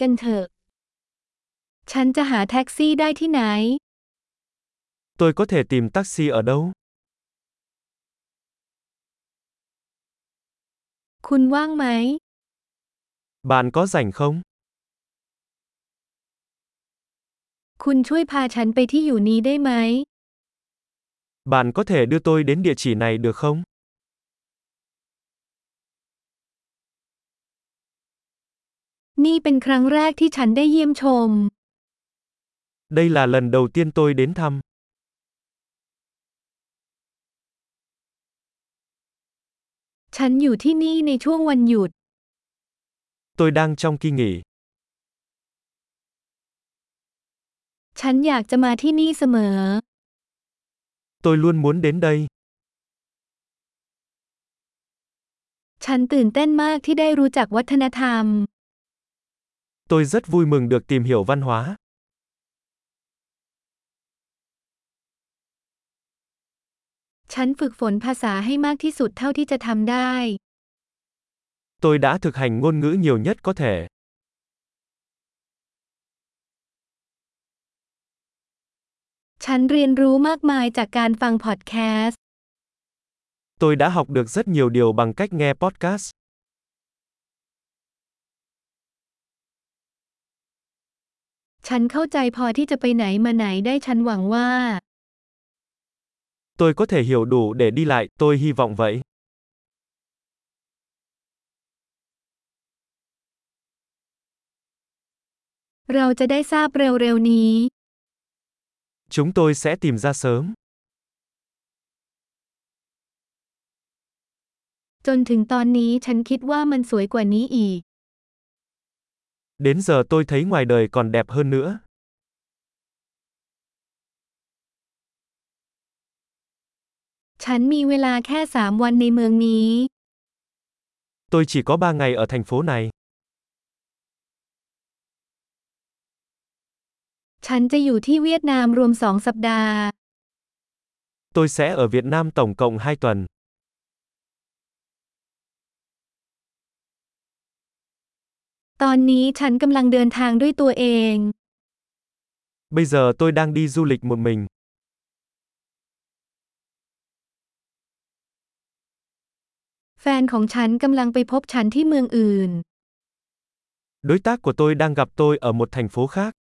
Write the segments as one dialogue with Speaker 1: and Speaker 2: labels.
Speaker 1: กันเถอะ ฉันจะหาแท็กซี่ได้ที่ไหน
Speaker 2: Tôi có thể tìm taxi ở đâu?
Speaker 1: คุณว่างไหม
Speaker 2: Bạn có rảnh không?
Speaker 1: คุณช่วยพาฉันไปที่อยู่นี้ได้ไหม
Speaker 2: Bạn có thể đưa tôi đến địa chỉ này được không?
Speaker 1: นี่เป็นครั้งแรกที่ฉันได้เยี่ยมชม
Speaker 2: Đây là lần đầu tiên tôi đến thăm.
Speaker 1: ฉันอยู่ที่นี่ในช่วงวันหยุด
Speaker 2: Tôi đang trong kỳ nghỉ.
Speaker 1: ฉันอยากจะมาที่นี่เสมอ
Speaker 2: Tôi luôn muốn đến đây.
Speaker 1: ฉันตื่นเต้นมากที่ได้รู้จักวัฒนธรรม
Speaker 2: Tôi rất vui mừng được tìm hiểu văn hóa.
Speaker 1: ฉันฝึกฝนภาษาให้มากที่สุดเท่าที่จะทำได้
Speaker 2: Tôi đã thực hành ngôn ngữ nhiều nhất có thể.
Speaker 1: ฉันเรียนรู้มากมายจากการฟังพอดแคสต์
Speaker 2: Tôi đã học được rất nhiều điều bằng cách nghe podcast.
Speaker 1: ฉันเข้าใจพอที่จะไปไหนมาไหนได้ฉันหวังว่า
Speaker 2: Tôi có thể hiểu đủ để đi lại, tôi hy vọng vậy.
Speaker 1: เราจะได้ทราบเร็วๆนี้
Speaker 2: Chúng tôi sẽ tìm ra sớm.
Speaker 1: จนถึงตอนนี้ฉันคิดว่ามันสวยกว่านี้อีก
Speaker 2: Đến giờ tôi thấy ngoài đời còn đẹp hơn nữa.
Speaker 1: ฉันมีเวลาแค่สามวันในเมืองนี้
Speaker 2: Tôi chỉ có 3 ngày ở thành phố này.
Speaker 1: ฉันจะอยู่ที่เวียดนามรวมสองสัปดาห์
Speaker 2: Tôi sẽ ở Việt Nam tổng cộng 2 tuần.
Speaker 1: ตอนนี้ฉันกำลังเดินทางด้วยตัวเอง
Speaker 2: Bây giờ tôi đang đi du lịch một mình.
Speaker 1: แฟนของฉันกำลังไปพบฉันที่เมืองอื่น
Speaker 2: Đối tác của tôi đang gặp tôi ở một thành phố khác.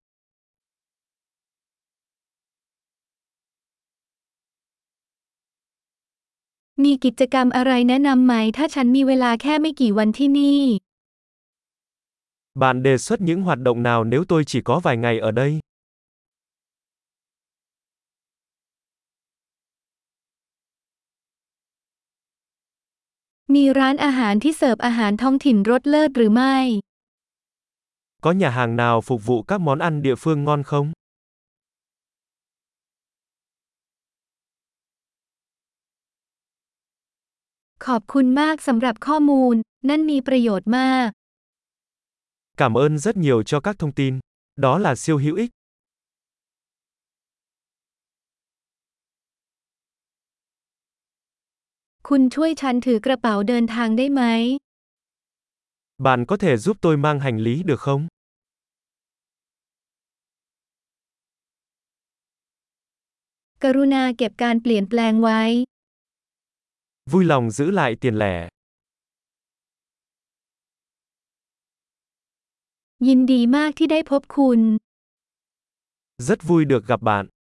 Speaker 1: มีกิจกรรมอะไรแนะนำไหม ถ้าฉันมีเวลาแค่ไม่กี่วันที่นี่
Speaker 2: Bạn đề xuất những hoạt động nào nếu tôi chỉ có vài ngày ở đây?
Speaker 1: มีร้านอาหารที่เสิร์ฟอาหารท้องถิ่นรสเลิศหรือไม่
Speaker 2: Có nhà hàng nào phục vụ các món ăn địa phương ngon không?
Speaker 1: ขอบคุณมากสำหรับข้อมูล นั่นมีประโยชน์มาก
Speaker 2: Cảm ơn rất nhiều cho các thông tin. Đó là siêu hữu ích.
Speaker 1: คุณช่วยฉันถือกระเป๋าเดินทางได้ไหม
Speaker 2: Bạn có thể giúp tôi mang hành lý được không?
Speaker 1: กรุณาเก็บการเปลี่ยนแปลงไว้
Speaker 2: Vui lòng giữ lại tiền lẻ.
Speaker 1: ยินดีมากที่ได้พบคุณ
Speaker 2: Rất vui được gặp bạn.